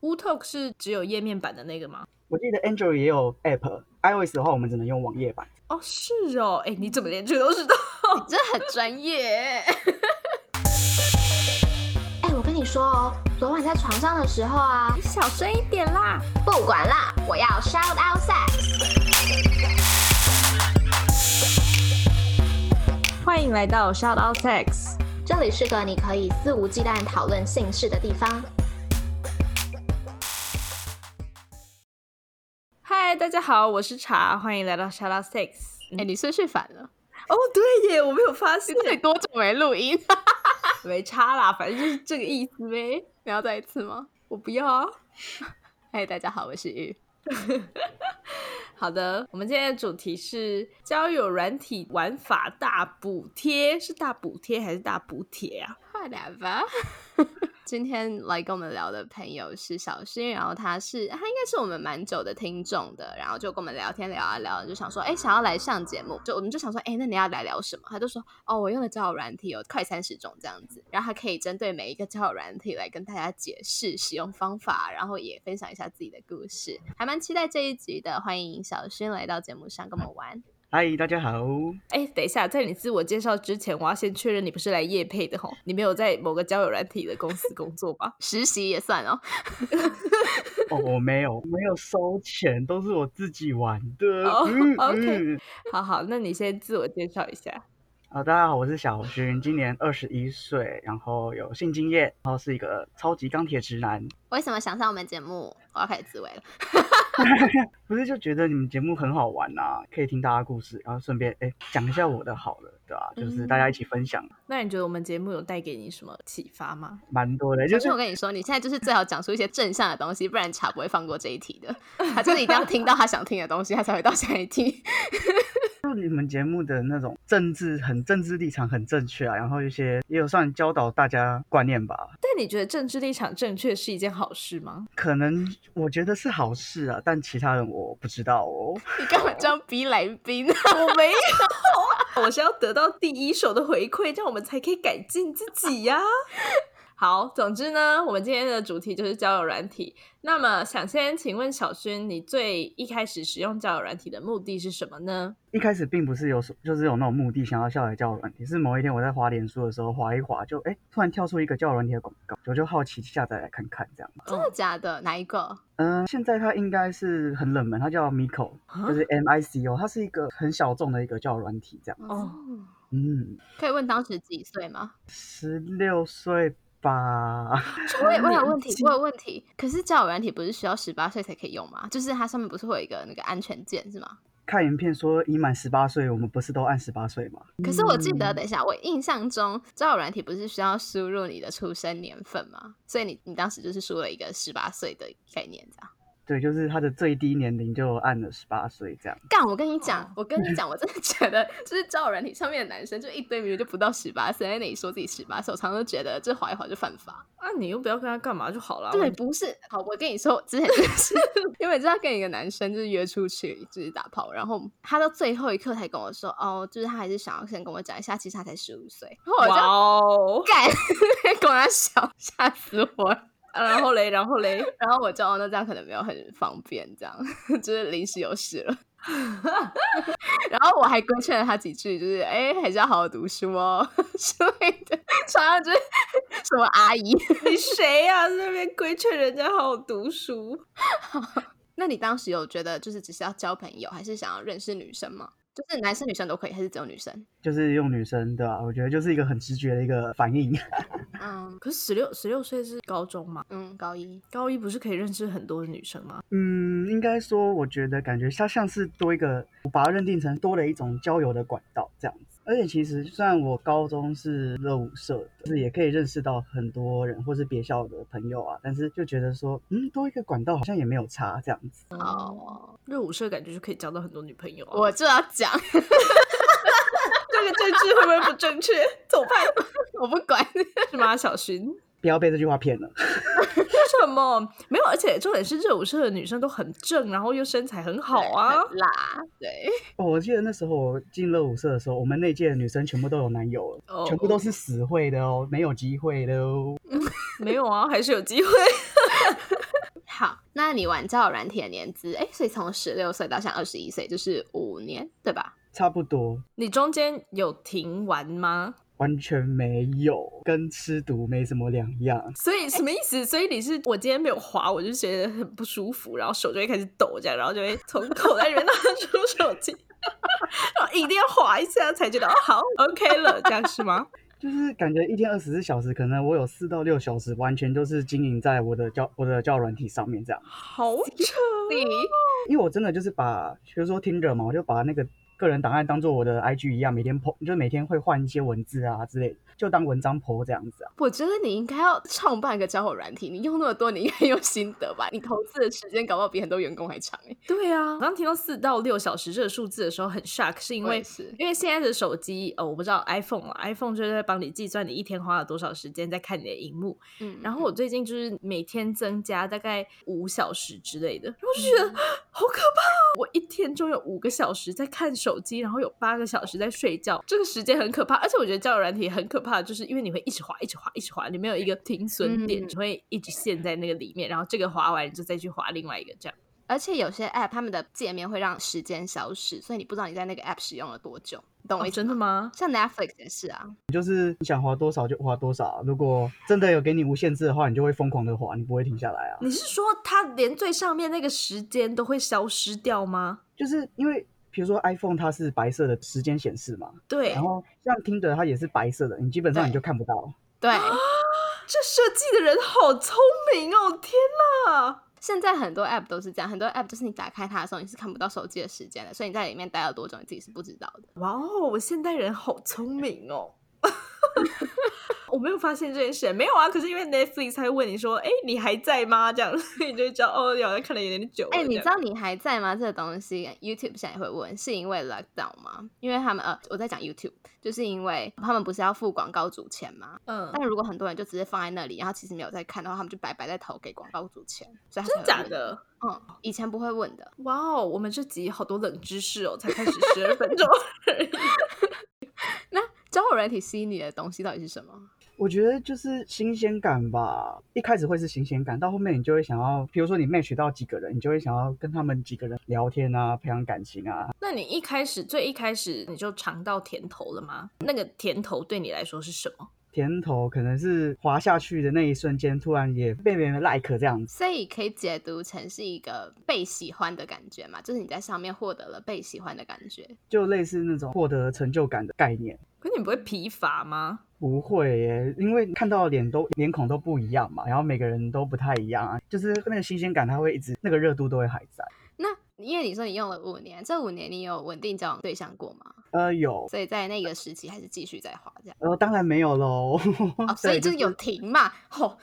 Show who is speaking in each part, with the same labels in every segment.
Speaker 1: w Talk 是只有页面版的那个吗？
Speaker 2: 我记得 Android 也有 App，iOS 的话我们只能用网页版。
Speaker 1: 哦，是哦，哎，你怎么连这个都知 道？
Speaker 3: 你真的很专业。
Speaker 4: 哎、我跟你说哦，昨晚在床上的时候啊，
Speaker 3: 你小声一点啦。
Speaker 4: 不管啦，我要 shout out sex。
Speaker 3: 欢迎来到 Shout Out Sex，
Speaker 4: 这里是个你可以肆无忌惮讨论性事的地方。
Speaker 3: 嗨，大家好，我是茶，欢迎来到 Shout Out Sex。
Speaker 1: 嗯
Speaker 3: 哎、你顺序反了，
Speaker 1: 哦，对耶，我没有发现
Speaker 3: 你，到底多久没录 音？
Speaker 1: 没差啦，反正就是这个意思呗。
Speaker 3: 你要再一次吗？
Speaker 1: 我不要啊。
Speaker 3: 嗨，大家好，我是玉。
Speaker 1: 好的，我们今天的主题是交友软体玩法大补贴，是大补贴还是大补贴啊？
Speaker 3: Whatever 今天来跟我们聊的朋友是小新，然后他是他应该是我们蛮久的听众的，然后就跟我们聊天聊啊聊，就想说，哎、想要来上节目，就我们就想说，哎、那你要来聊什么？他就说，哦，我用的交友软体有快三十种这样子，然后他可以针对每一个交友软体来跟大家解释使用方法，然后也分享一下自己的故事，还蛮期待这一集的，欢迎小新来到节目上跟我们玩。？
Speaker 2: 嗨，大家好，
Speaker 1: 哎，等一下，在你自我介绍之前，我要先确认你不是来夜配的吼，你没有在某个交友软体的公司工作吧
Speaker 3: 实习也算哦，
Speaker 2: 哦，我没有，没有收钱，都是我自己玩的。
Speaker 1: 哦
Speaker 2: 嗯
Speaker 1: OK
Speaker 2: 嗯。
Speaker 1: 好好，那你先自我介绍一下。
Speaker 2: 好、大家好，我是小薰，今年二十一岁，然后有性经验，然后是一个超级钢铁直男。
Speaker 3: 为什么想上我们节目？我要开始自慰了。
Speaker 2: 不是就觉得你们节目很好玩啊，可以听大家故事，然后顺便哎讲一下我的好了，对吧、就是大家一起分享，
Speaker 1: 那你觉得我们节目有带给你什么启发吗？
Speaker 2: 蛮多的，
Speaker 3: 可
Speaker 2: 就是
Speaker 3: 是我跟你说，你现在就是最好讲出一些正向的东西，不然茶不会放过这一题的。他就是一定要听到他想听的东西，他才会到下一题。
Speaker 2: 就你们节目的那种政治很政治立场很正确啊，然后一些也有算教导大家观念吧，
Speaker 1: 但你觉得政治立场正确是一件好事吗？
Speaker 2: 可能我觉得是好事啊，但其他人我不知道哦。
Speaker 3: 你根本就要逼来宾，
Speaker 1: 我没有， 我是要得到第一手的回馈，这样我们才可以改进自己呀、 好，总之呢，我们今天的主题就是交友软体。那么，想先请问小薰，你最一开始使用交友软体的目的是什么呢？
Speaker 2: 一开始并不是有所，就是有那种目的想要下载交友软体，是某一天我在滑脸书的时候滑一滑，就哎突然跳出一个交友软体的广告，我就好奇下载来看看这样。
Speaker 3: 真的假的？哪一个？
Speaker 2: 嗯，现在它应该是很冷门，它叫 Mico，
Speaker 1: 啊
Speaker 2: 就是 M I C O，它是一个很小众的一个交友软体这样。
Speaker 1: 哦
Speaker 2: 嗯，
Speaker 3: 可以问当时几岁吗？
Speaker 2: 十六岁吧。
Speaker 3: 我也我有问题，我有问题。可是交友软体不是需要十八岁才可以用吗？就是它上面不是会有一个那个安全键是吗？
Speaker 2: 看影片说已满十八岁，我们不是都按十八岁吗？
Speaker 3: 可是我记得，等一下，我印象中交友软体不是需要输入你的出生年份吗？所以你你当时就是输了一个十八岁的概念，这样。
Speaker 2: 对，就是它的最低年龄就按了十八岁这样。
Speaker 3: 干，我跟你讲
Speaker 1: 哦，
Speaker 3: 我跟你讲，我真的觉得，就是交友软体上面的男生，就一堆明明就不到十八岁，在那里说自己十八岁，我常常都觉得这划一划就犯法。
Speaker 1: 啊，你又不要跟他干嘛就好了。
Speaker 3: 对，不是，好，我跟你说，我之前就是，因为知道跟一个男生就是约出去，就是打炮，然后他到最后一刻才跟我说，哦，就是他还是想要先跟我讲一下，其实他才十五岁，然后我
Speaker 1: 哇
Speaker 3: 就
Speaker 1: 哦，
Speaker 3: 干， 跟他笑，吓死我了。
Speaker 1: 啊然后嘞，然后嘞，
Speaker 3: 然后我就哦，那这样可能没有很方便，这样 就是临时有事了。 然后我还规劝了他几句，就是哎，还是要好好读书哦 之类的。常常就是 什么阿姨，
Speaker 1: 你谁呀、在那边规劝人家好好读书？
Speaker 3: 那你当时有觉得就是只是要交朋友，还是想要认识女生吗？就是男生女生都可以，还是只有女生？
Speaker 2: 就是用女生对吧、我觉得就是一个很直觉的一个反应。
Speaker 3: 嗯
Speaker 1: 可是十六十六岁是高中嘛？
Speaker 3: 嗯，高一
Speaker 1: 高一不是可以认识很多女生吗？
Speaker 2: 嗯，应该说，我觉得感觉它像是多一个，我把它认定成多了一种交友的管道这样子。而且其实，虽然我高中是热舞社的，就是也可以认识到很多人，或是别校的朋友啊，但是就觉得说，嗯，多一个管道好像也没有差这样子。
Speaker 3: 哦，
Speaker 1: 热舞社感觉就可以交到很多女朋友、啊。
Speaker 3: 我就要讲，
Speaker 1: 这个政治会不会不正 确？走派
Speaker 3: 我不管。
Speaker 1: 是吗？小 薰？
Speaker 2: 不要被这句话骗了。
Speaker 1: 为什么？没有，而且重点是热舞社的女生都很正，然后又身材很好 啊。
Speaker 3: 很辣，对，
Speaker 2: 哦，我记得那时候我进热舞社的时候，我们那届的女生全部都有男友了，
Speaker 1: 哦
Speaker 2: 全部都是死会的哦，没有机会的哦。
Speaker 1: 没有啊，还是有机会。
Speaker 3: 算你玩交友软体的年资，哎，所以从十六岁到现在二十一岁，就是五年，对吧？
Speaker 2: 差不多
Speaker 1: 你中间有停玩吗？
Speaker 2: 完全没有，跟吃毒没什么两样。
Speaker 1: 所以什么意思？所以你是我今天没有滑，我就觉得很不舒服，然后手就会开始抖，这样，然后就会从口袋里面拿 出手机，然后一定要滑一下才觉得哦好 OK 了，这样是吗？
Speaker 2: 就是感觉一天二十四小时，可能我有四到六小时完全都是经营在我的交我的交友软体上面这样。
Speaker 1: 好扯，
Speaker 3: 你
Speaker 2: 因为我真的就是把，比如说听着嘛，我就把那个个人档案当做我的 IG 一样，每天 po，就每天会换一些文字啊之类的，就当文章 po 这样子啊。
Speaker 3: 我觉得你应该要创办个交友软体，你用那么多，你应该有心得吧？你投资的时间搞不好比很多员工还长哎、
Speaker 1: 对啊，我刚听到四到六小时这个数字的时候很 shock，是因
Speaker 3: 我也
Speaker 1: 为
Speaker 3: 是，
Speaker 1: 因为现在的手机，呃，我不知道 iPhone 啦，iPhone 就是会帮你计算你一天花了多少时间在看你的荧幕。
Speaker 3: 嗯
Speaker 1: 然后我最近就是每天增加大概五小时之类的，然后就觉得、好可怕、哦，我一天中有五个小时在看手机，然后有八个小时在睡觉，这个时间很可怕。而且我觉得交友软体很可怕，就是因为你会一直滑，一直滑，一直滑，你没有一个停损点，
Speaker 3: 嗯
Speaker 1: 你会一直陷在那个里面，然后这个滑完你就再去滑另外一个这样。
Speaker 3: 而且有些 app 他们的界面会让时间消失，所以你不知道你在那个 app 使用了多久，你懂我
Speaker 1: 哦
Speaker 3: 意思、
Speaker 1: 真的？吗？
Speaker 3: 像 Netflix 也是啊，
Speaker 2: 就是你想花多少就花多少，如果真的有给你无限制的话，你就会疯狂的花，你不会停下来啊。
Speaker 1: 你是说它连最上面那个时间都会消失掉吗？
Speaker 2: 就是因为比如说 iPhone 它是白色的时间显示嘛，
Speaker 1: 对
Speaker 2: 然，后像听着它也是白色的，你基本上你
Speaker 3: 对
Speaker 2: 就看不到。
Speaker 3: 对，
Speaker 1: 这设计的人好聪明哦！天哪，
Speaker 3: 现在很多 app 都是这样，很多 app 就是你打开它的时候你是看不到手机的时间的，所以你在里面待了多久你自己是不知道的。
Speaker 1: 哇哦，现代人好聪明哦！ 我没有发现这件事，没有啊。可是因为 Netflix 他会问你说：“哎，你还在吗？”这样， 所以你就会知道哦，好像看的有点久了。
Speaker 3: 哎、你知
Speaker 1: 这样
Speaker 3: 道你还在吗？这个东西 YouTube 现在也会问，是因为 lockdown 吗？因为他们呃，我在讲 YouTube，就是因为他们不是要付广告主钱吗？
Speaker 1: 嗯，
Speaker 3: 但如果很多人就直接放在那里，然后其实没有在看的话，他们就白白在投给广告主钱，所以他
Speaker 1: 真的假
Speaker 3: 才会问？
Speaker 1: 的？
Speaker 3: 嗯，以前不会问的。
Speaker 1: 哇哦，我们这集好多冷知识哦，才开始十二分钟而已。
Speaker 3: 那交友软体吸引你的东西到底是什么？
Speaker 2: 我觉得就是新鲜感吧，一开始会是新鲜感，到后面你就会想要，比如说你 match 到几个人，你就会想要跟他们几个人聊天啊，培养感情啊。
Speaker 1: 那你一开始最一开始你就尝到甜头了吗？那个甜头对你来说是什么？
Speaker 2: 甜头可能是滑下去的那一瞬间，突然也被别人 like 这样子。
Speaker 3: 所以可以解读成是一个被喜欢的感觉嘛，就是你在上面获得了被喜欢的感觉。
Speaker 2: 就类似那种获得成就感的概念。
Speaker 1: 可你不会疲乏吗？
Speaker 2: 不会耶，因为看到的脸都脸孔都不一样嘛，然后每个人都不太一样啊，就是那个新鲜感，它会一直那个热度都会还在。
Speaker 3: 那因为你说你用了五年，这五年你有稳定交往对象过吗？
Speaker 2: 呃，有，
Speaker 3: 所以在那个时期还是继续在滑这样。
Speaker 2: 呃，当然没有喽。
Speaker 3: 哦，所
Speaker 2: 对
Speaker 3: 以就是有停嘛，吼、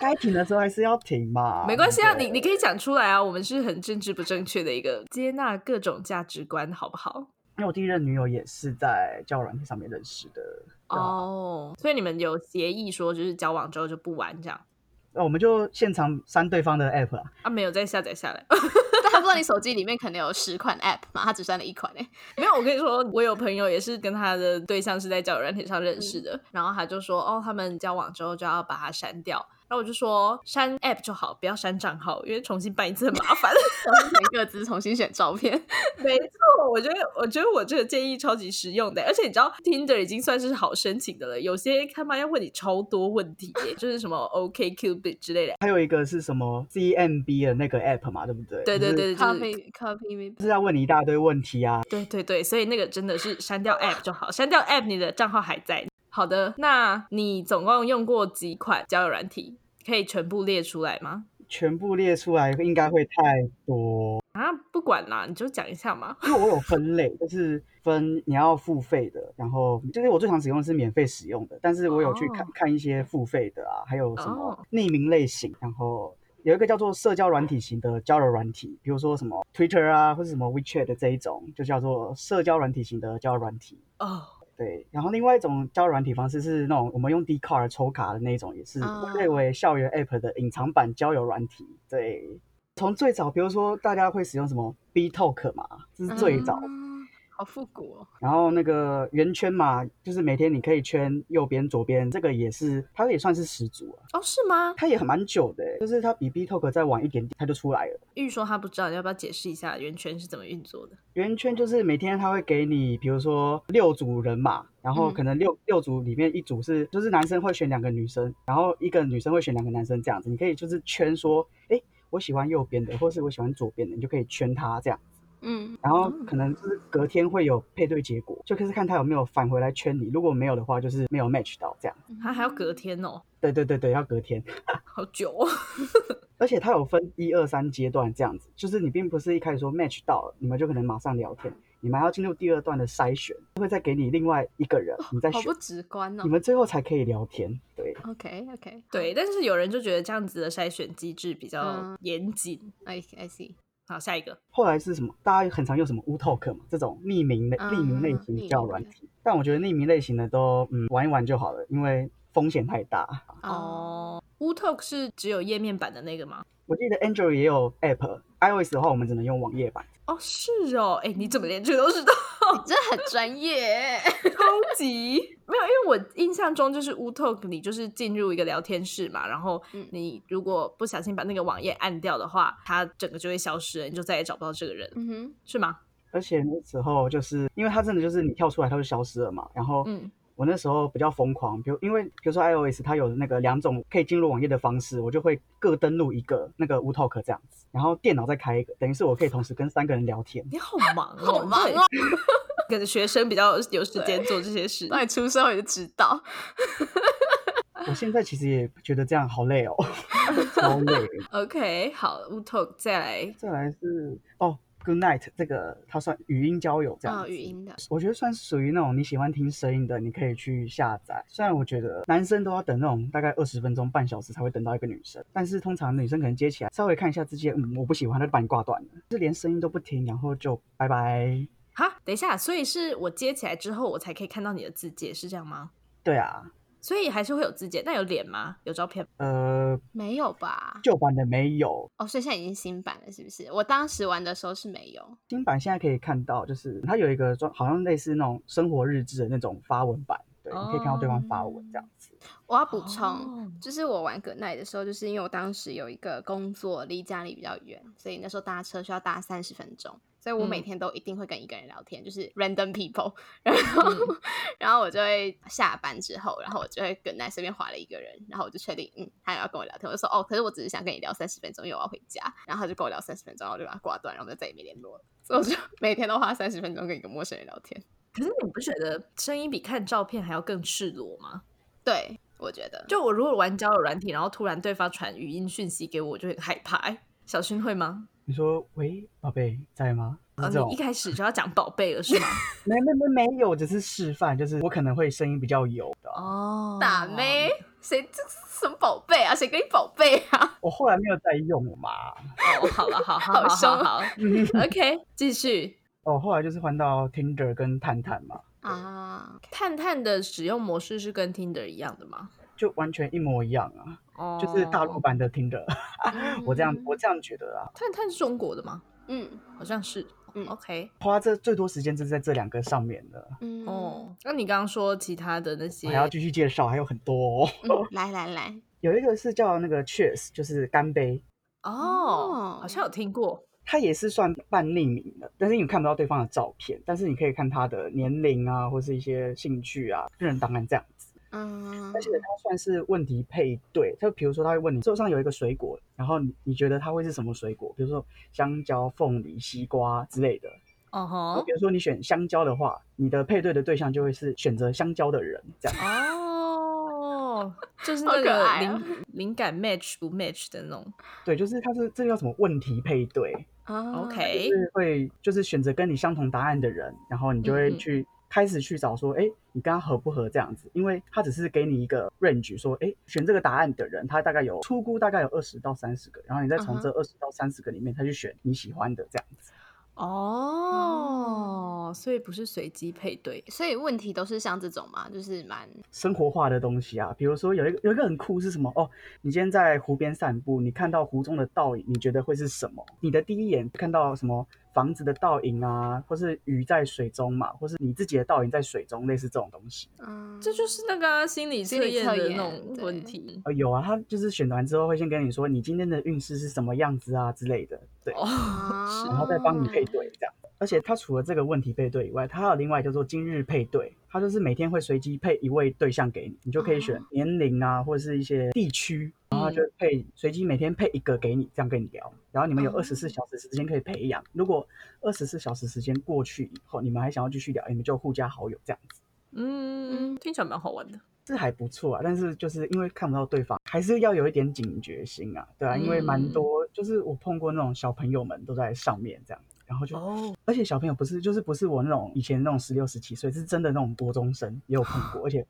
Speaker 2: 该停的时候还是要停嘛，
Speaker 1: 没关系啊，
Speaker 2: 对
Speaker 1: 你你可以讲出来啊，我们是很政治不正确的一个接纳各种价值观，好不好？
Speaker 2: 因为我第一任女友也是在交友软件上面认识的，对啊
Speaker 1: 哦、所以你们有协议说，就是交往之后就不玩这样
Speaker 2: 那我们就现场删对方的 app 啦。
Speaker 1: 啊？没有再下载下来。
Speaker 3: 但他不知道你手机里面可能有十款 App 嘛，他只删了一款哎、
Speaker 1: 没有，我跟你说，我有朋友也是跟他的对象是在交友软体上认识的，然后他就说，哦，他们交往之后就要把它删掉。然后我就说删 app 就好，不要删账号，因为重新办一次很麻烦。
Speaker 3: 然后你们各自重新选照片。
Speaker 1: 没错，我觉得我觉得我这个建议超级实用的，而且你知道 Tinder 已经算是好申请的了，有些他妈要问你超多问题耶，就是什么 OK Cupid 之类的。
Speaker 2: 还有一个是什么 CMB 的那个 app 嘛，对不对？
Speaker 1: 对对
Speaker 2: 就是
Speaker 1: 对，就是
Speaker 3: Copy copy me，
Speaker 2: 就是要问你一大堆问题啊，
Speaker 1: 对对对，所以那个真的是删掉 app 就好，删掉 app 你的账号还在。好的，那你总共用过几款交友软体？可以全部列出来吗？
Speaker 2: 全部列出来应该会太多，
Speaker 1: 啊，不管啦，你就讲一下嘛。
Speaker 2: 因为我有分类，就是分你要付费的，然后就是我最常使用的是免费使用的，但是我有去看、
Speaker 1: 哦
Speaker 2: 看一些付费的啊，还有什么
Speaker 1: 哦
Speaker 2: 匿名类型，然后。有一个叫做社交软体型的交友软体，比如说什么 Twitter 啊，或是什么 WeChat 的这一种，就叫做社交软体型的交友软体。
Speaker 1: 哦，
Speaker 2: 对，然后另外一种交友软体方式是那种我们用 d c a r 抽卡的那一种，也是
Speaker 1: 哦
Speaker 3: 啊
Speaker 2: 被为校园 App 的隐藏版交友软体。对，从最早，比如说大家会使用什么 B Talk 嘛，这是最早。
Speaker 3: 嗯好复古哦。
Speaker 2: 然后那个圆圈嘛，就是每天你可以圈右边、左边，这个也是它也算是始祖啊，
Speaker 1: 哦，是吗？
Speaker 2: 它也很蛮久的欸，就是它比 B Talk 再晚一点点，它就出来了。
Speaker 1: 玉说他不知道，你要不要解释一下圆圈是怎么运作的？
Speaker 2: 圆圈就是每天它会给你，比如说六组人马，然后
Speaker 3: 嗯
Speaker 2: 可能六、六组里面一组是就是男生会选两个女生，然后一个女生会选两个男生这样子，你可以就是圈说，哎，我喜欢右边的，或是我喜欢左边的，你就可以圈他这样。
Speaker 3: 嗯，
Speaker 2: 然后
Speaker 3: 嗯
Speaker 2: 可能就是隔天会有配对结果，就可是看他有没有返回来圈你，如果没有的话，就是没有 match 到这样。
Speaker 1: 他还要隔天哦，
Speaker 2: 对对对对，要隔天，
Speaker 1: 好久、哦。
Speaker 2: 而且它有分一二三阶段这样子，就是你并不是一开始说 match 到了，你们就可能马上聊天，你们还要进入第二段的筛选，会再给你另外一个人，你再
Speaker 3: 好
Speaker 2: 选
Speaker 3: 不，直观哦
Speaker 2: 你。们最后才可以聊天。对，
Speaker 3: OK OK
Speaker 1: 对，但是有人就觉得这样子的筛选机制比较
Speaker 3: 嗯
Speaker 1: 严谨。
Speaker 3: I I see
Speaker 1: 好，下一个，
Speaker 2: 后来是什么？大家很常用什么 U Talk 嘛，这种匿名类、
Speaker 3: 嗯
Speaker 2: 匿名类型
Speaker 3: 匿
Speaker 2: 的交友
Speaker 3: 名
Speaker 2: 软
Speaker 3: 的
Speaker 2: 体，但我觉得匿名类型的都嗯玩一玩就好了，因为风险太大。
Speaker 3: 哦
Speaker 1: 哦、w u Talk 是只有页面版的那个吗？
Speaker 2: 我记得 Android 也有 App，iOS 的话我们只能用网页版。
Speaker 1: 哦，是哦，哎，你怎么连这个都知道？
Speaker 3: 你真的很专 业。欸
Speaker 1: 超 级没有，因为我印象中就是 w u Talk，你就是进入一个聊天室嘛，然后
Speaker 3: 嗯
Speaker 1: 你如果不小心把那个网页按掉的话，它整个就会消失了，你就再也找不到这个人了，
Speaker 3: 嗯哼，
Speaker 1: 是吗？
Speaker 2: 而且那时候就是因为它真的就是你跳出来它就消失了嘛，然后
Speaker 1: 嗯，
Speaker 2: 我那时候比较疯狂，比如因为比如说 iOS 它有那个两种可以进入网页的方式，我就会各登录一个那个 WooTalk 这样子，然后电脑再开一个，等于是我可以同时跟三个人聊天。
Speaker 1: 你 好忙哦，
Speaker 3: 好忙
Speaker 1: 对
Speaker 3: 哦，
Speaker 1: 可能学生比较有时间做这些事。
Speaker 3: 当你出社会就知道。
Speaker 2: 我现在其实也觉得这样好累哦， 超累。
Speaker 1: OK，好 w u Talk 再来
Speaker 2: 再来是哦，Good Night 这个它算语音交友这样
Speaker 3: 哦，
Speaker 2: 子，
Speaker 3: 语音的
Speaker 2: 我觉得算是属于那种你喜欢听声音的，你可以去下载。虽然我觉得男生都要等那种大概二十分钟、半小时才会等到一个女生，但是通常女生可能接起来稍微看一下自己，嗯，我不喜欢，她就把你挂断了，就是连声音都不听，然后就拜拜。
Speaker 1: 哈，等一下，所以是我接起来之后，我才可以看到你的字节，是这样吗？
Speaker 2: 对啊，
Speaker 1: 所以还是会有字节，但有脸吗？有照片吗？
Speaker 2: 呃，
Speaker 3: 没有吧？
Speaker 2: 旧版的没有，
Speaker 3: 哦，所以现在已经新版了，是不是？我当时玩的时候是没有。
Speaker 2: 新版现在可以看到，就是它有一个装，好像类似那种生活日志的那种发文版，对，你可以看到对方发文这样子。
Speaker 3: 我要补充。
Speaker 1: 哦
Speaker 3: 就是我玩 Good Night 的时候，就是因为我当时有一个工作离家里比较远，所以那时候搭车需要搭三十分钟，所以我
Speaker 1: 嗯
Speaker 3: 每天都一定会跟一个人聊天，就是 random people，然 后、
Speaker 1: 嗯
Speaker 3: 然后我就会下班之后，然后我就会 Good Night 随便划了一个人，然后我就确定，嗯，他也要跟我聊天，我就说哦，可是我只是想跟你聊三十分钟，因为我要回家，然后他就跟我聊三十分钟，然后我就把他挂断，然后我们就再也没联络了。所以我就每天都花三十分钟跟一个陌生人聊天，
Speaker 1: 可是你不觉得声音比看照片还要更赤裸吗？
Speaker 3: 对我觉得
Speaker 1: 就我如果玩交友软体，然后突然对方传语音讯息给我，我就很害怕、欸。小薰会吗？
Speaker 2: 你说喂，宝贝在吗？
Speaker 1: 啊，
Speaker 2: 是这种
Speaker 1: 你一开始就要讲宝贝了是吗？
Speaker 2: 没没没没有，只是示范，就是我可能会声音比较油的。啊
Speaker 1: 哦，
Speaker 3: 打妹，谁这是什么宝贝啊？谁跟你宝贝啊？
Speaker 2: 我后来没有再用嘛，
Speaker 1: 哦，好了， 好好好好
Speaker 3: 好凶
Speaker 1: 好，OK，继续。
Speaker 2: 哦，后来就是换到 Tinder 跟探探嘛，
Speaker 3: 啊，
Speaker 1: 探探的使用模式是跟 Tinder 一样的吗？
Speaker 2: 就完全一模一样啊，
Speaker 1: 哦
Speaker 2: 就是大陆版的 Tinder，、我 这样
Speaker 3: 嗯
Speaker 2: 我这样觉得啦。
Speaker 1: 探探是中国的吗？
Speaker 3: 嗯
Speaker 1: 好像是。哦
Speaker 3: 嗯
Speaker 1: OK，
Speaker 2: 花这最多时间就是在这两个上面的，
Speaker 3: 嗯
Speaker 1: 哦，那你刚刚说其他的那些
Speaker 2: 我还要继续介绍，还有很多、哦。
Speaker 3: 嗯来来来，
Speaker 2: 有一个是叫那个 Cheers，就是干杯，
Speaker 1: 哦，
Speaker 3: 哦
Speaker 1: 好像有听过
Speaker 2: 它也是算半匿名的，但是你看不到对方的照片，但是你可以看他的年龄啊，或是一些兴趣啊、个人档案这样子。
Speaker 3: 嗯
Speaker 2: 而且它算是问题配对，就比如说他会问你桌上有一个水果，然后你你觉得它会是什么水果？比如说香蕉、凤梨、西瓜之类的。
Speaker 1: 哦
Speaker 2: 然后
Speaker 1: 吼
Speaker 2: 比如说你选香蕉的话，你的配对的对象就会是选择香蕉的人，这样。
Speaker 1: 哦，就是
Speaker 3: 好
Speaker 1: 那
Speaker 3: 可
Speaker 1: 个
Speaker 3: 爱
Speaker 1: 灵、
Speaker 3: 啊
Speaker 1: 灵感 match 不 match 的那种。
Speaker 2: 对，就是它是这个叫什么问题配对，
Speaker 3: 啊
Speaker 1: OK，
Speaker 2: 就是会就是选择跟你相同答案的人，然后你就
Speaker 1: 嗯
Speaker 2: 会
Speaker 1: 嗯
Speaker 2: 去。开始去找说，哎、你跟他合不合这样子？因为他只是给你一个 range，说，哎、选这个答案的人，他大概有粗估大概有二十到三十个，然后你再
Speaker 3: 嗯
Speaker 2: 从
Speaker 3: 哼
Speaker 2: 这二十到三十个里面，他去选你喜欢的这样子。
Speaker 1: 哦，所以不是随机配对
Speaker 3: 所以问题都是像这种嘛，就是蛮
Speaker 2: 生活化的东西啊，比如说有一个有一个很酷是什么哦？你今天在湖边散步，你看到湖中的倒影，你觉得会是什么？你的第一眼看到什么房子的倒影啊，或是鱼在水中嘛，或是你自己的倒影在水中，类似这种东西。
Speaker 3: 嗯，
Speaker 1: 这就是那个啊心理
Speaker 3: 心
Speaker 1: 测
Speaker 3: 理
Speaker 1: 验
Speaker 3: 测
Speaker 1: 的
Speaker 3: 验
Speaker 1: 那种
Speaker 3: 对
Speaker 1: 问题。
Speaker 2: 呃，有啊，他就是选完之后会先跟你说你今天的运势是什么样子啊之类的，对，
Speaker 1: 哦，
Speaker 3: 啊
Speaker 2: 然后再帮你配对这样。而且他除了这个问题配对以外，他还有另外叫做今日配对，他就是每天会随机配一位对象给你，你就可以选年龄啊，或者是一些地区，然后他就配随机每天配一个给你，这样跟你聊。然后你们有
Speaker 3: 哦
Speaker 2: 二十四小时时间可以培养，如果二十四小时时间过去以后，你们还想要继续聊，你们就互加好友这样子。
Speaker 1: 嗯，
Speaker 3: 嗯
Speaker 1: 听起来蛮好玩的。
Speaker 2: 这还不错啊，但是就是因为看不到对方，还是要有一点警觉心啊，对啊，因为蛮
Speaker 1: 嗯
Speaker 2: 多就是我碰过那种小朋友们都在上面这样，然后就
Speaker 1: 哦，
Speaker 2: 而且小朋友不是就是不是我那种以前那种十六十七岁，是真的那种国中生也有碰过，而且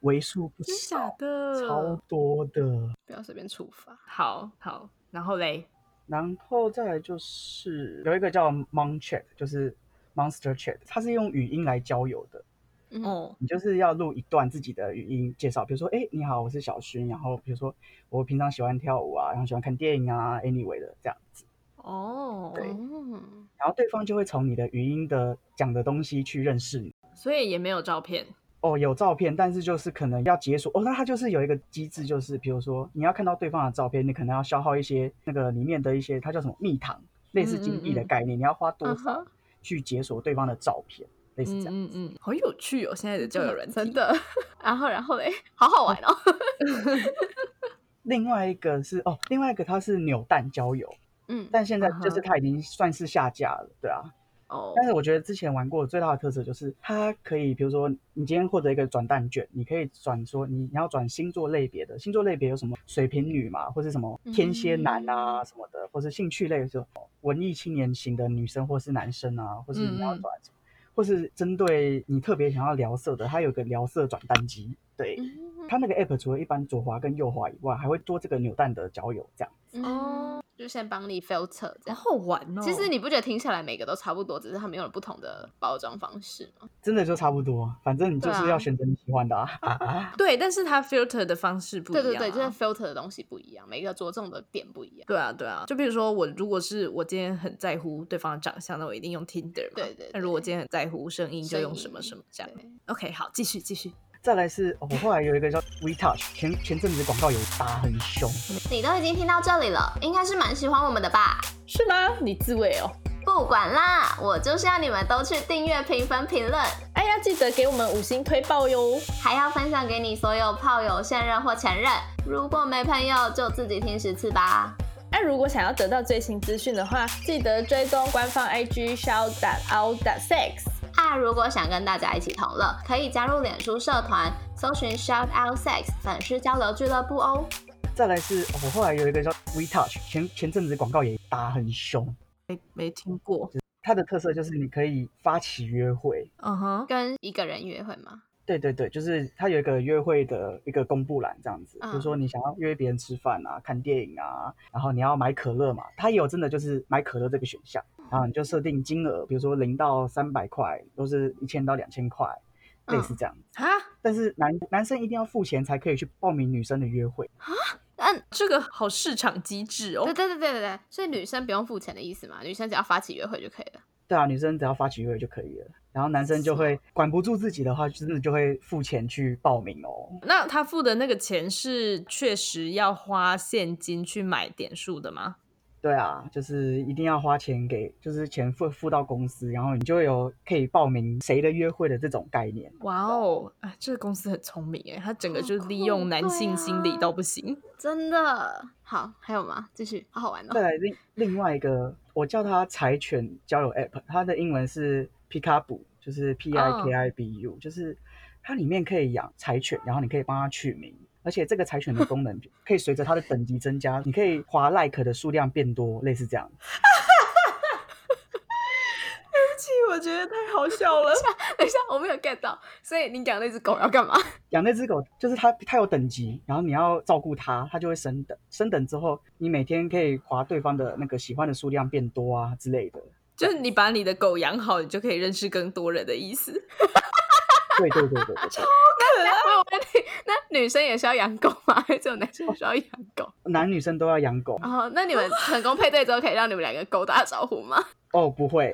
Speaker 2: 为数不
Speaker 1: 真假
Speaker 2: 少，
Speaker 1: 的？
Speaker 2: 超多的。
Speaker 3: 不要随便处罚。
Speaker 1: 好好，然后嘞，
Speaker 2: 然后再来就是有一个叫 Mon Chat，就是 Monster Chat，它是用语音来交友的，
Speaker 3: 嗯
Speaker 1: 哦，
Speaker 2: 你就是要录一段自己的语音介绍，比如说，哎、你好，我是小薰，然后比如说我平常喜欢跳舞啊，然后喜欢看电影啊，anyway 的这样子，
Speaker 1: 哦，
Speaker 2: 对
Speaker 3: 嗯
Speaker 2: 然后对方就会从你的语音的讲的东西去认识你。
Speaker 1: 所以也没有照片。
Speaker 2: 哦，有照片，但是就是可能要解锁哦。那它就是有一个机制，就是比如说你要看到对方的照片，你可能要消耗一些那个里面的一些，它叫什么蜜糖，类似金币
Speaker 1: 嗯
Speaker 2: 的
Speaker 1: 嗯嗯
Speaker 2: 概念，你要花多
Speaker 3: 嗯
Speaker 2: 少
Speaker 3: 哼
Speaker 2: 去解锁对方的照片，类似
Speaker 1: 嗯
Speaker 2: 这样。
Speaker 1: 嗯嗯，好有趣哦，现在的交友软体。
Speaker 3: 真，的，然后然后嘞，好好玩哦。
Speaker 2: 另外一个是哦，另外一个它是扭蛋交友，
Speaker 3: 嗯，
Speaker 2: 但现在就
Speaker 1: 嗯
Speaker 2: 是
Speaker 1: 哼
Speaker 2: 它已经算是下架了，对啊。
Speaker 3: 哦
Speaker 2: 但是我觉得之前玩过最大的特色就是，它可以比如说你今天获得一个转蛋卷，你可以转说你你要转星座类别的，星座类别有什么水瓶女嘛，或是什么天蝎男
Speaker 1: 嗯
Speaker 2: 啊什么的，或是兴趣类的时候文艺青年型的女生或是男生啊，或是你要
Speaker 1: 嗯嗯
Speaker 2: 转，或是针对你特别想要聊色的，它有个聊色转蛋机，对。
Speaker 3: 嗯
Speaker 2: 它那个 app 除了一般左滑跟右滑以外，还会多这个扭蛋的交友这样。
Speaker 3: 哦，就先帮你 filter 这
Speaker 1: 好
Speaker 3: 样。
Speaker 1: 好玩哦。
Speaker 3: 其实你不觉得听下来每个都差不多，只是他们用了不同的包装方式吗？
Speaker 2: 真的就差不多，反正你就
Speaker 3: 对
Speaker 2: 是
Speaker 3: 啊
Speaker 2: 要选择你喜欢的啊。
Speaker 1: 对，但是它 filter 的方式不一样、
Speaker 3: 对
Speaker 1: 啊。
Speaker 3: 对对，就是 filter 的东西不一样，每个着重的点不一样。
Speaker 1: 对啊，对啊，就比如说我如果是我今天很在乎对方的长相，那我一定用 Tinder 嘛。
Speaker 3: 对对
Speaker 1: 那如果我
Speaker 3: 对
Speaker 1: 今天很在乎声音，就
Speaker 3: 声
Speaker 1: 用什么
Speaker 3: 音
Speaker 1: 什么这样。
Speaker 3: 对
Speaker 1: OK，好，继续继续。
Speaker 2: 再来是，哦我后来有一个叫 WeTouch，前前阵子广告有打很凶，
Speaker 4: 你都已经听到这里了，应该是蛮喜欢我们的吧？
Speaker 1: 是吗？你自慰哦？
Speaker 4: 不管啦，我就是要你们都去订阅、评分、评论，
Speaker 1: 哎呀，记得给我们五星推爆哟。
Speaker 4: 还要分享给你所有炮友、现任或前任。如果没朋友，就自己听十次吧。
Speaker 1: 那如果想要得到最新资讯的话，记得追踪官方 IG shout out sex。
Speaker 4: 啊，如果想跟大家一起同乐，可以加入脸书社团，搜寻 Shout Out Sex 粉丝交流俱乐部哦。
Speaker 2: 再来是，哦我后来有一个叫 WeTouch，前前阵子广告也打很凶，
Speaker 1: 没没听过，
Speaker 2: 它的特色就是你可以发起约会，
Speaker 1: 嗯哼，
Speaker 3: 跟一个人约会吗？
Speaker 2: 对对对，就是它有一个约会的一个公布栏这样子，
Speaker 3: 嗯
Speaker 2: 比如说你想要约别人吃饭啊、看电影啊，然后你要买可乐嘛，它也有真的就是买可乐这个选项，然后你就设定金额，比如说零到三百块，都是一千到两千块，类似这样子。
Speaker 1: 啊，
Speaker 2: 但是男男生一定要付钱才可以去报名女生的约会。
Speaker 3: 嗯，
Speaker 1: 这个好市场机制哦
Speaker 3: 对。对对对对对，所以女生不用付钱的意思嘛，女生只要发起约会就可以了。
Speaker 2: 对啊，女生只要发起约会就可以了。然后男生就会管不住自己的话，真的就会付钱去报名哦。
Speaker 1: 那他付的那个钱是确实要花现金去买点数的吗？
Speaker 2: 对啊，就是一定要花钱给，就是钱付付到公司，然后你就有可以报名谁的约会的这种概念。
Speaker 1: 哇哦，哎，这个公司很聪明哎，他整个就是利用男性心理到不 行。
Speaker 3: 真的好，还有吗？继续，好好玩
Speaker 2: 再
Speaker 3: 哦。
Speaker 2: 来另另外一个，我叫它柴犬交友 App，它的英文是 Pikabu，就是 P I K I B U，、就是它里面可以养柴犬，然后你可以帮它取名，而且这个柴犬的功能可以随着它的等级增加，你可以划 like 的数量变多，类似这样。
Speaker 1: 对不起，我觉得太好笑了。
Speaker 3: 等一下，我没有 get 到，所以你讲那只狗要干嘛？
Speaker 2: 养那只狗就是它，它有等级，然后你要照顾它，它就会升等。升等之后，你每天可以划对方的那个喜欢的数量变多啊之类的。
Speaker 1: 就是你把你的狗养好，你就可以认识更多人的意思。
Speaker 2: 对对对对对对。
Speaker 3: 那我问你，那女生也是要养狗吗？ 还是只有男生需要养狗？
Speaker 2: 男女生都要养狗
Speaker 3: 哦，那 你们成功配对之后，可以让你们两个狗打招呼吗？
Speaker 2: 哦，不会，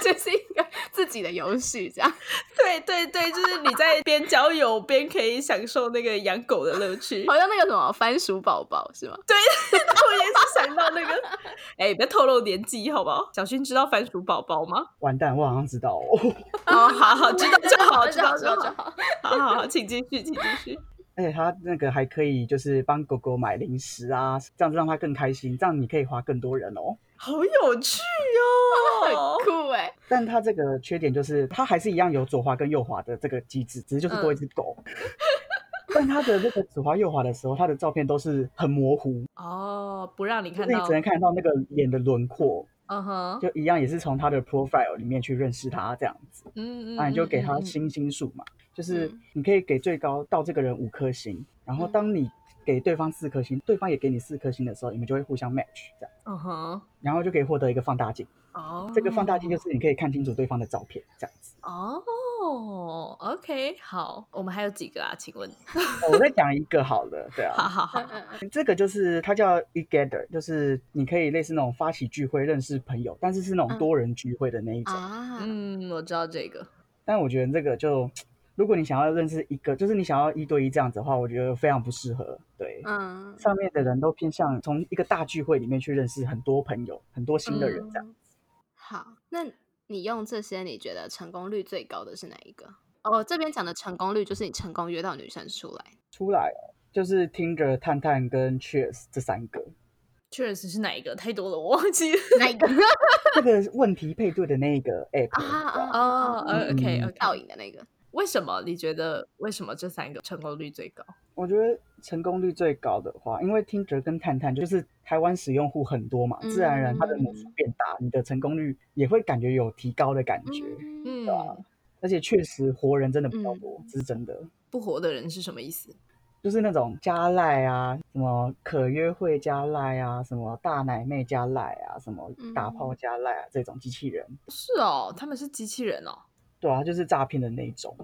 Speaker 3: 这是一个自己的游戏，这样。
Speaker 1: 对对对，就是你在边交友边可以享受那个养狗的乐趣。
Speaker 3: 好像那个什么番薯宝宝是吗？
Speaker 1: 我也是想到那个， 哎、不要透露年纪好不好？小薰知道番薯宝宝 吗？
Speaker 2: 完蛋，我好像知道哦。
Speaker 1: 哦，好好，知道就好，知
Speaker 3: 知
Speaker 1: 道
Speaker 3: 道
Speaker 1: 就
Speaker 3: 知道
Speaker 1: 好，
Speaker 3: 好。
Speaker 1: 好好好，请继续，请继续。
Speaker 2: 而且他那个还可以就是帮狗狗买零食啊，这样子让它更开心，这样你可以花更多人哦。
Speaker 1: 好有趣
Speaker 3: 很
Speaker 1: 哦！
Speaker 3: 酷哎、
Speaker 2: 但它这个缺点就是，它还是一样有左滑跟右滑的这个机制，只是就是多一只狗。 但它的那个左滑右滑的时候，它的照片都是很模糊，
Speaker 1: 哦，不让你
Speaker 2: 就是
Speaker 1: 看
Speaker 2: 你
Speaker 1: 到
Speaker 2: 只，能看到那个脸的轮廓，
Speaker 1: 嗯哼，
Speaker 2: 就一样也是从它的 profile 里面去认识它这样子。
Speaker 1: 嗯嗯，
Speaker 2: 啊那你就
Speaker 1: 嗯
Speaker 2: 给他
Speaker 1: 嗯
Speaker 2: 星星数嘛，就是
Speaker 3: 嗯
Speaker 2: 你可以给最高到这个人五颗星，然后
Speaker 3: 嗯
Speaker 2: 当你给对方四颗星，对方也给你四颗星的时候，你们就会互相 match 这样，
Speaker 1: 嗯哼，
Speaker 2: 然后就可以获得一个放大镜。
Speaker 1: 哦，
Speaker 2: 这个放大镜就是你可以看清楚对方的照片这样子。
Speaker 1: 哦，OK，好，我们还有几个啊？请问，
Speaker 2: 哦我再讲一个好了，对
Speaker 1: 好
Speaker 2: 啊，
Speaker 1: 好好
Speaker 3: 嗯，嗯嗯
Speaker 2: 这个就是它叫 e gather，就是你可以类似那种发起聚会认识朋友，但是是那种
Speaker 3: 嗯
Speaker 2: 多人聚会的那一种。
Speaker 3: 啊，
Speaker 1: 嗯，我知道这个，
Speaker 2: 但我觉得这个就。如果你想要认识一个，就是你想要一对一这样子的话，我觉得非常不适合。对，
Speaker 3: 嗯，
Speaker 2: 上面的人都偏向从一个大聚会里面去认识很多朋友、很多新的人这样。
Speaker 3: 嗯好，那你用这些，你觉得成功率最高的是哪一个？哦，这边讲的成功率就是你成功约到女生出来。
Speaker 2: 出来哦就是听着探探跟 Cheers 这三个，
Speaker 1: 确实是哪一个？太多了，我忘记了。
Speaker 3: 哪一个？
Speaker 2: 这个问题配对的那个 app，、
Speaker 3: 啊啊啊！
Speaker 1: 哦、
Speaker 3: 嗯
Speaker 1: o k
Speaker 2: 嗯
Speaker 1: OK，
Speaker 3: 倒影的那个。
Speaker 1: 为什么你觉得为什么这三个成功率最高？
Speaker 2: 我觉得成功率最高的话，因为听着跟探探就是台湾使用户很多嘛，
Speaker 3: 嗯
Speaker 2: 自然而然它的母数变大，你的成功率也会感觉有提高的感觉。
Speaker 3: 嗯，
Speaker 1: 嗯，
Speaker 2: 啊而且确实活人真的比较多，这是真的。
Speaker 1: 不活的人是什么意思？
Speaker 2: 就是那种加赖啊，什么可约会加赖啊，什么大奶妹加赖啊，什么打炮加赖啊，这种机器人，
Speaker 1: 是哦，他们是机器人哦。
Speaker 2: 对啊，就是诈骗的那一种。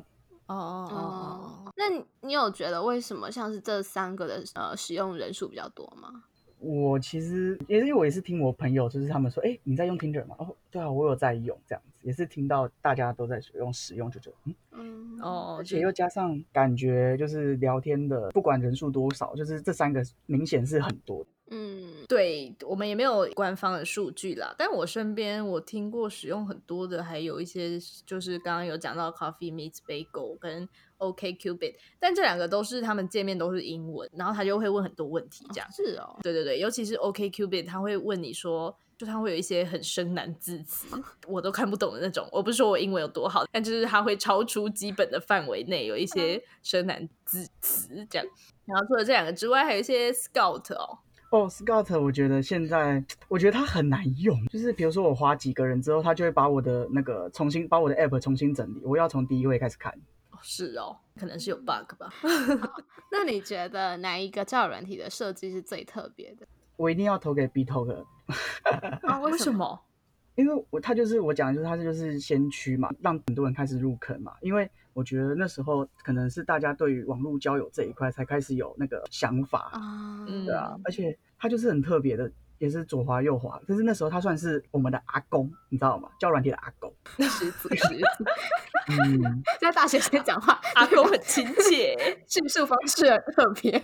Speaker 1: 哦哦哦哦哦，
Speaker 3: 哦，那你你有觉得为什么像是这三个的呃使用人数比较多吗？
Speaker 2: 我其实也是，我也是听我朋友，就是他们说，哎、你在用 Tinder 吗？哦，对啊，我有在用，这样子也是听到大家都在使用使用，就觉得，嗯，
Speaker 3: 嗯，
Speaker 1: 哦，
Speaker 2: 而
Speaker 1: 就
Speaker 2: 且又加上感觉就是聊天的，不管人数多少，就是这三个明显是很多的。
Speaker 3: 嗯，
Speaker 1: 对我们也没有官方的数据啦，但我身边我听过使用很多的，还有一些就是刚刚有讲到 Coffee Meets Bagel 跟 OK Cupid，但这两个都是他们界面都是英文，然后他就会问很多问题这样。
Speaker 3: 是哦，
Speaker 1: 对对对，尤其是 OK Cupid，他会问你说，就他会有一些很生难字词，我都看不懂的那种。我不是说我英文有多好，但就是他会超出基本的范围内，有一些生难字词这样。然后除了这两个之外，还有一些 Scout 哦，
Speaker 2: 哦，Scout，我觉得现在我觉得它很难用，就是比如说我划几个人之后，它就会把我的那个重新把我的 app 重新整理，我要从第一位开始看。
Speaker 1: 哦是哦，可能是有 bug 吧。
Speaker 3: 那你觉得哪一个交友软体的设计是最特别的？
Speaker 2: 我一定要投给 B Talk，
Speaker 3: 啊，
Speaker 1: 为什？么？
Speaker 2: 因为我他就是我讲的就是他就是先驱嘛，让很多人开始入坑嘛。因为我觉得那时候可能是大家对于网络交友这一块才开始有那个想法，
Speaker 3: 啊，
Speaker 1: 嗯
Speaker 2: 对啊，而且他就是很特别的，也是左滑右滑。可是那时候他算是我们的阿公，你知道吗？交友软体的阿公，
Speaker 3: 狮子，狮子，
Speaker 2: 嗯，
Speaker 3: 在大学生讲话，
Speaker 1: 阿公很亲切，
Speaker 3: 叙述方式很特别。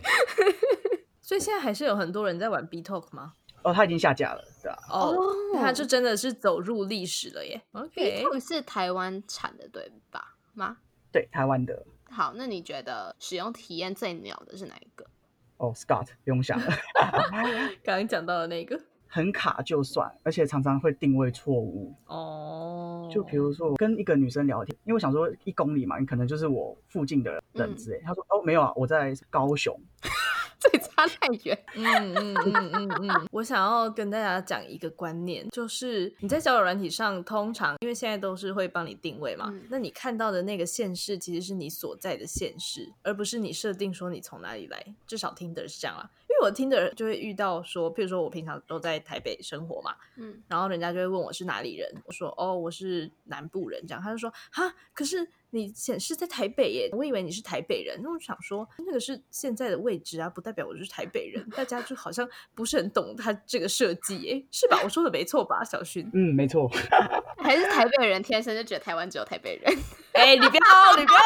Speaker 1: 所以现在还是有很多人在玩 B Talk 吗？
Speaker 2: 哦，他已经下架了，对啊，
Speaker 1: 哦，那他
Speaker 3: 哦
Speaker 1: 就真的是走入历史了耶。OK，
Speaker 3: BTOK 是台湾产的，对吧？吗？
Speaker 2: 对，台湾的
Speaker 3: 好，那你觉得使用体验最鸟的是哪一个？
Speaker 2: 哦，Scott 不用想了，
Speaker 1: 刚刚讲到的那个
Speaker 2: 很卡就算，而且常常会定位错误。
Speaker 1: 哦，
Speaker 2: 就比如说我跟一个女生聊天，因为我想说一公里嘛，你可能就是我附近的人之类。她说哦没有啊，我在高雄。
Speaker 3: 最差太远。
Speaker 1: 嗯嗯嗯嗯嗯，我想要跟大家讲一个观念，就是你在交友软体上，通常因为现在都是会帮你定位嘛，
Speaker 3: 嗯
Speaker 1: 那你看到的那个县市其实是你所在的县市，而不是你设定说你从哪里来，至少听的是这样啦。因为我听的人就会遇到说，譬如说我平常都在台北生活嘛，
Speaker 4: 嗯，
Speaker 1: 然后人家就会问我是哪里人，我说哦我是南部人，这样他就说哈，可是你显示在台北耶，我以为你是台北人，那我想说那个是现在的位置啊，不代表我是台北人，大家就好像不是很懂他这个设计耶，是吧？我说的没错吧，小勋？
Speaker 2: 嗯，没 错，
Speaker 3: 还是台北人天生就觉得台湾只有台北人，
Speaker 1: 哎、你不要，你不要，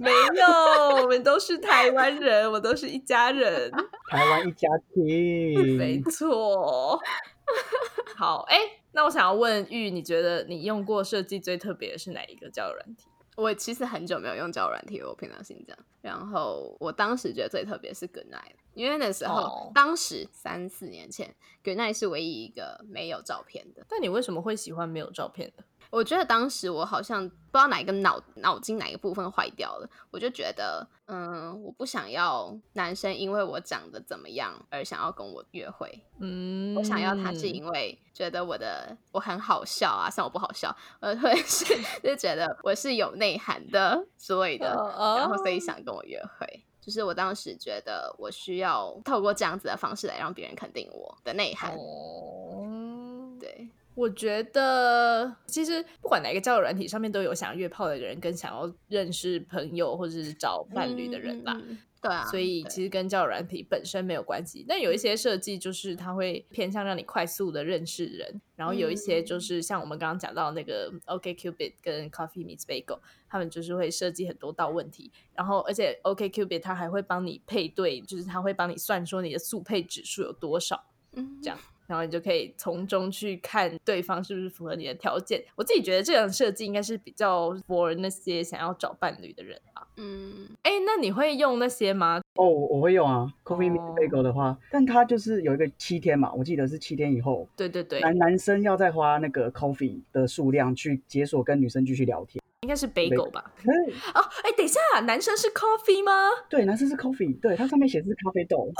Speaker 1: 没有，我们都是台湾人，我们都是一家人。
Speaker 2: 台湾一家
Speaker 1: 没
Speaker 2: 庭。
Speaker 1: 错。 好，哎、那我想要问玉，你觉得你用过设计最特别的是哪一个交友软体？
Speaker 3: 我其实很久没有用交友软体了，我平常心讲。然后我当时觉得最特别是 Good Night，因为那时候、
Speaker 1: 哦
Speaker 3: 当时三四年前，Good Night 是唯一一个没有照片的。
Speaker 1: 但你为什么会喜欢没有照片的？
Speaker 3: 我觉得当时我好像不知道哪一个脑脑筋哪一个部分坏掉了，我就觉得，嗯，我不想要男生因为我长得怎么样而想要跟我约会，
Speaker 1: 嗯，
Speaker 3: 我想要他是因为觉得我的我很好笑啊，像我不好笑，呃，或者 是就觉得我是有内涵的之类的，
Speaker 1: 哦
Speaker 3: 然后所以想跟我约会。就是我当时觉得我需要透过这样子的方式来让别人肯定我的内涵，
Speaker 1: 哦，
Speaker 3: 对，
Speaker 1: 我觉得其实不管哪一个交友软体上面都有想要约炮的人，跟想要认识朋友或者是找伴侣的人吧。
Speaker 3: 嗯，嗯嗯对啊，
Speaker 1: 所以
Speaker 3: 对
Speaker 1: 其实跟交友软体本身没有关系，但有一些设计就是它会偏向让你快速的认识人，然后有一些
Speaker 3: 嗯
Speaker 1: 就是像我们刚刚讲到那个 OK Cupid 跟 Coffee Meets Bagel，他们就是会设计很多道问题，然后而且 OK Cupid 它还会帮你配对，就是它会帮你算说你的速配指数有多少，
Speaker 3: 嗯
Speaker 1: 这样然后你就可以从中去看对方是不是符合你的条件。我自己觉得这样的设计应该是比较 for 那些想要找伴侣的人吧。
Speaker 3: 嗯，
Speaker 1: 哎，那你会用那些吗？
Speaker 2: 哦，我会用啊，Coffee Meets
Speaker 1: 哦
Speaker 2: Bagel 的话，但它就是有一个七天嘛，我记得是七天以后，
Speaker 1: 对对对，
Speaker 2: 男男生要再花那个 coffee 的数量去解锁跟女生继续聊天。
Speaker 1: 应该是 bagel 吧？
Speaker 2: 嗯
Speaker 1: 哦，哎，等一下，男生是 coffee 吗？
Speaker 2: 对，男生是 coffee，对，它上面显示咖啡豆。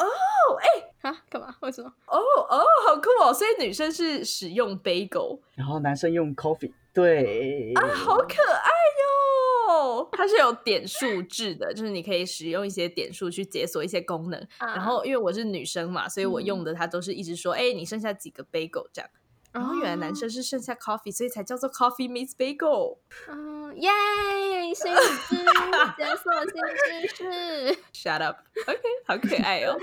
Speaker 3: 啊，干嘛？为什么？
Speaker 1: 哦哦，好酷哦！所以女生是使用 bagel，
Speaker 2: 然后男生用 coffee，对啊，
Speaker 1: 好可爱哟、它是有点数制的，就是你可以使用一些点数去解锁一些功能。然后因为我是女生嘛，所以我用的它都是一直说，哎、你剩下几个 bagel 这样。然后原来男生是剩下 coffee，所以才叫做 coffee meets bagel。
Speaker 3: 嗯，耶，新知解锁新知识。
Speaker 1: Shut up。OK，好 可爱哦。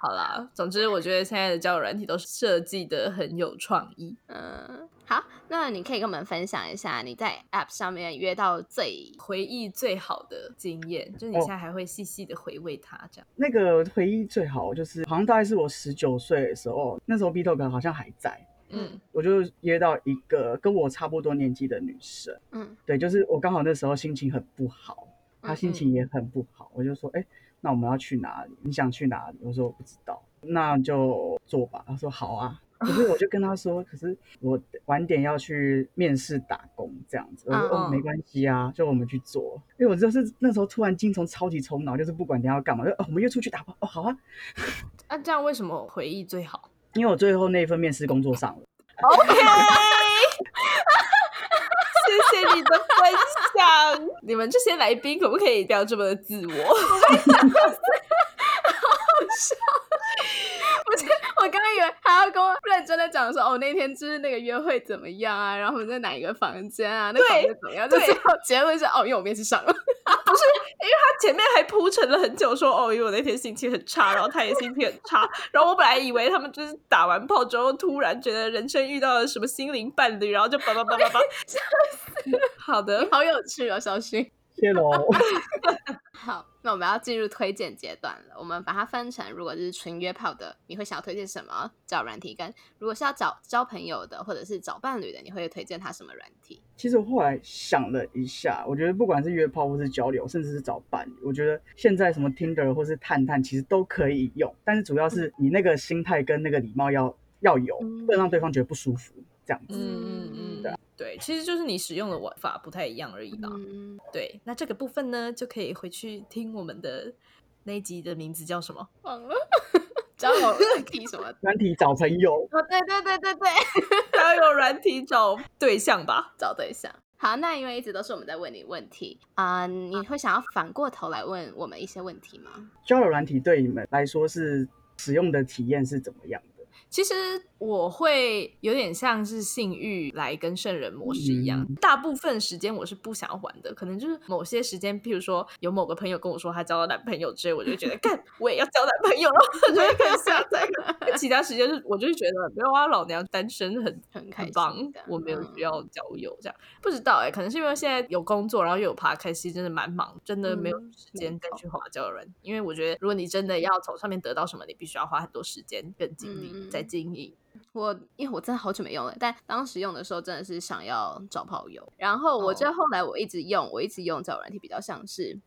Speaker 1: 好啦，总之我觉得现在的交友软体都设计的很有创意。
Speaker 3: 嗯，好，那你可以跟我们分享一下你在 App 上面约到最
Speaker 1: 回忆最好的经验，就是你
Speaker 2: 哦
Speaker 1: 现在还会细细的回味它，这样。
Speaker 2: 那个回忆最好就是，好像大概是我十九岁的时候，那时候 B t o k 好像还在，
Speaker 1: 嗯，
Speaker 2: 我就约到一个跟我差不多年纪的女生。
Speaker 3: 嗯
Speaker 2: 对，就是我刚好那时候心情很不好，
Speaker 1: 嗯
Speaker 2: 她心情也很不好，我就说，哎、那我们要去哪里？你想去哪里？我说我不知道，那就做吧。她说好啊。可是我就跟她说，可是我晚点要去面试打工这样子。我说
Speaker 1: 嗯
Speaker 2: 哦，
Speaker 1: 嗯
Speaker 2: 没关系啊，就我们去做。因为我就是那时候突然精神超级冲脑，就是不管等一下要干嘛，就哦，我们约出去打吧。哦，好啊，
Speaker 1: 那、这样为什么回忆最好？
Speaker 2: 因为我最后那份面试工作上了。
Speaker 1: 谢谢你的分享。 你们这些来宾可不可以不要这么的自我？
Speaker 3: 不是， 我刚以为还要跟我认真的讲说，哦，那天就是那个约会怎么样啊，然后我们在哪一个房间啊，那
Speaker 1: 对
Speaker 3: 房间怎么样？就
Speaker 1: 对
Speaker 3: 最后结论是，哦，因为我面试上了。
Speaker 1: 他前面还铺陈了很久说，哦，因为我那天心情很差，然后他也心情很差， 然后我本来以为他们就是打完炮之后，突然觉得人生遇到了什么心灵伴侣，然后就叭叭叭 叭叭。好的，
Speaker 3: 好有趣哦，小薰。
Speaker 2: 谢喽，
Speaker 3: 好，那我们要进入推荐阶段了。我们把它分成，如果是纯约炮的，你会想要推荐什么找软体？跟如果是要找交朋友的，或者是找伴侣的，你会推荐他什么软体？
Speaker 2: 其实我后来想了一下，我觉得不管是约炮或是交流，甚至是找伴侣，我觉得现在什么 Tinder 或是探探其实都可以用，但是主要是你那个心态跟那个礼貌要要有，
Speaker 3: 嗯
Speaker 2: 不能让对方觉得不舒服。这样子，
Speaker 1: 嗯嗯
Speaker 3: 对
Speaker 1: 嗯，对，其实就是你使用的玩法不太一样而已啦。
Speaker 3: 嗯，
Speaker 1: 对，那这个部分呢，就可以回去听我们的那一集的名字叫什么？
Speaker 3: 忘了交友软体 什么的。
Speaker 2: 团体找朋友，
Speaker 3: 哦，对对对对对，
Speaker 1: 交友软体找对象吧。
Speaker 3: 找对象。好，那因为一直都是我们在问你问题啊、 你会想要反过头来问我们一些问题吗？
Speaker 2: 交友软体对你们来说是使用的体验是怎么样的？
Speaker 1: 其实我会有点像是性欲来跟圣人模式一样，
Speaker 3: 嗯
Speaker 1: 大部分时间我是不想要玩的，可能就是某些时间，譬如说有某个朋友跟我说他交到男朋友之类，我就会觉 得干我也要交男朋友了， 我就会开始下载。但其他时间是我就是觉得没有啊，老娘单身很
Speaker 3: 很开
Speaker 1: 很
Speaker 3: 心
Speaker 1: 棒
Speaker 3: 的，
Speaker 1: 我没有
Speaker 3: 嗯
Speaker 1: 需要交友这样。不知道哎、可能是因为现在有工作，然后又有爬开心，真的蛮忙，真的没有
Speaker 3: 嗯
Speaker 1: 时间
Speaker 3: 没
Speaker 1: 再
Speaker 3: 错
Speaker 1: 去滑交友软体。因为我觉得，如果你真的要从上面得到什么，你必须要花很多时间跟精力
Speaker 3: 嗯
Speaker 1: 在经营。
Speaker 3: 我因为我真的好久没用了，但当时用的时候真的是想要找炮友。然后我觉得后来我一直用，我一直用交友软体，比较像是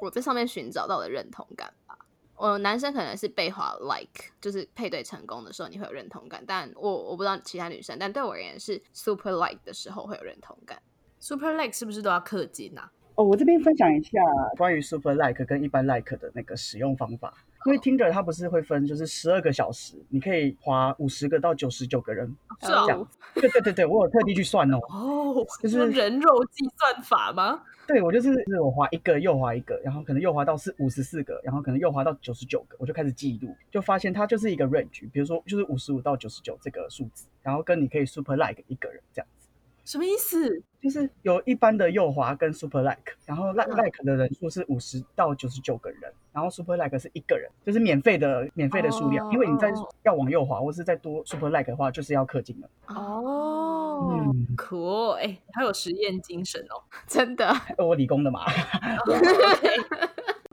Speaker 3: 我在上面寻找到的认同感吧。我男生可能是被划 like，就是配对成功的时候你会有认同感，但我我不知道其他女生，但对我而言是 super like 的时候会有认同感。
Speaker 1: Super Leg 是不是都要氪金啊？
Speaker 2: 哦，我这边分享一下关于 Super Like 跟一般 Like 的那个使用方法。因为 Tinder 它不是会分，就是十二个小时，你可以划五十个到九十九个人。
Speaker 1: 是啊
Speaker 2: 哦这，
Speaker 3: 哦
Speaker 2: 样对对对对，我有特地去算哦。
Speaker 1: 哦，
Speaker 2: 就是
Speaker 1: 说人肉计算法吗？
Speaker 2: 对我就是就是我划一个又划一个，然后可能又划到是五十四个，然后可能又划到九十九个，我就开始记录，就发现它就是一个 range，比如说就是五十五到九十九这个数字，然后跟你可以 Super Like 一个人这样。
Speaker 1: 什么意思？
Speaker 2: 就是有一般的右滑跟 super like，然后 like
Speaker 3: 嗯
Speaker 2: like 的人数是五十到九十九个人，然后 super like 是一个人，就是免费的免费的数量，
Speaker 1: 哦
Speaker 2: 因为你在
Speaker 1: 哦
Speaker 2: 要往右滑或是再多 super like 的话，就是要氪金了。
Speaker 3: 哦
Speaker 1: 哦，
Speaker 2: 嗯，
Speaker 1: 酷哎、欸，好有实验精神哦。
Speaker 3: 真的，
Speaker 2: 呃 我理工的嘛，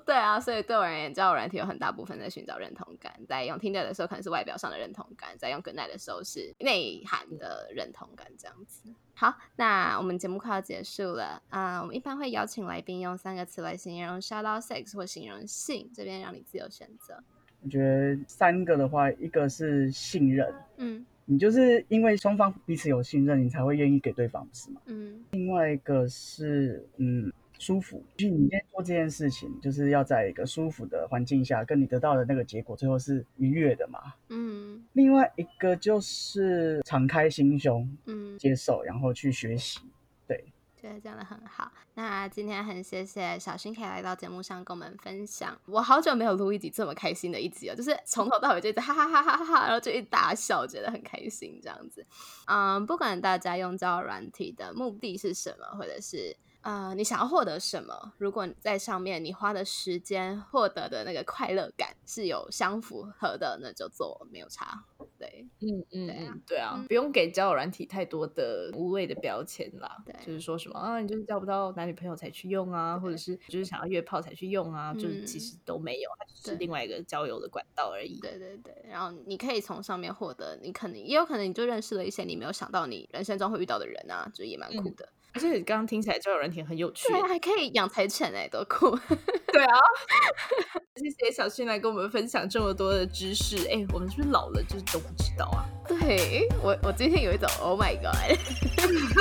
Speaker 3: 对啊，所以对我而言，交友软体有很大部分在寻找认同感，在用 Tinder 的时候可能是外表上的认同感，在用 Good Night 的时候是内涵的认同感，这样子。好，那我们节目快要结束了啊、我们一般会邀请来宾用三个词来形容 shout out sex 或形容性，这边让你自由选择。
Speaker 2: 我觉得三个的话，一个是信任，
Speaker 3: 嗯
Speaker 2: 你就是因为双方彼此有信任，你才会愿意给对方，不是吗？
Speaker 3: 嗯
Speaker 2: 另外一个是嗯舒服，就是你今天做这件事情，就是要在一个舒服的环境下，跟你得到的那个结果最后是愉悦的嘛。
Speaker 3: 嗯
Speaker 2: 另外一个就是敞开心胸，
Speaker 3: 嗯，
Speaker 2: 接受，然后去学习。
Speaker 3: 觉得讲的很好。那今天很谢谢小新可以来到节目上跟我们分享，我好久没有录一集这么开心的一集了，就是从头到尾就一直哈哈哈哈哈哈，然后就一直大笑，觉得很开心这样子。嗯，不管大家用交友软体的目的是什么，或者是呃你想要获得什么，如果你在上面你花的时间获得的那个快乐感是有相符合的，那就做没有差。对，
Speaker 1: 嗯嗯
Speaker 3: 对啊
Speaker 1: 嗯，对啊
Speaker 3: 嗯，
Speaker 1: 不用给交友软体太多的无谓的标签啦
Speaker 3: 对，
Speaker 1: 就是说什么啊，你就是交不到男女朋友才去用啊，或者
Speaker 3: 对
Speaker 1: 是就是想要约炮才去用啊，就是其
Speaker 3: 嗯
Speaker 1: 实都没有，它只是
Speaker 3: 对
Speaker 1: 另外一个交友的管道而已。
Speaker 3: 对对对，然后你可以从上面获得，你可能也有可能你就认识了一些你没有想到你人生中会遇到的人啊，就也蛮酷
Speaker 1: 嗯
Speaker 3: 的。
Speaker 1: 而且刚刚听起来交友软体很有趣
Speaker 3: 对，啊，还可以养柴犬哎、多酷！
Speaker 1: 对啊。谢谢小迅来跟我们分享这么多的知识，哎、我们是不是老了就是都不知道啊
Speaker 3: 对我，我今天有一种 Oh my God，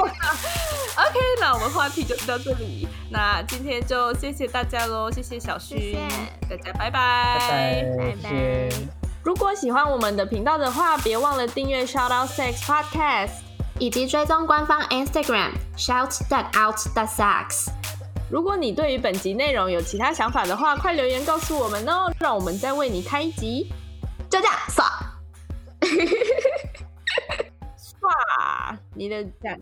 Speaker 1: ？OK，那我们话题就到这里，那今天就谢谢大家喽，谢谢小
Speaker 3: 谢
Speaker 1: 迅，大
Speaker 3: 谢
Speaker 1: 家拜拜
Speaker 2: 拜拜，
Speaker 3: 拜
Speaker 2: 谢谢。
Speaker 1: 如果喜欢我们的频道的话，别忘了订阅 Shout Out Sex Podcast。
Speaker 4: 以及追踪官方 Instagram shout that out that sucks。
Speaker 1: 如果你对于本集内容有其他想法的话，快留言告诉我们哦，让我们再为你开一集。
Speaker 4: 就这样， 爽。
Speaker 1: 哇，你的讲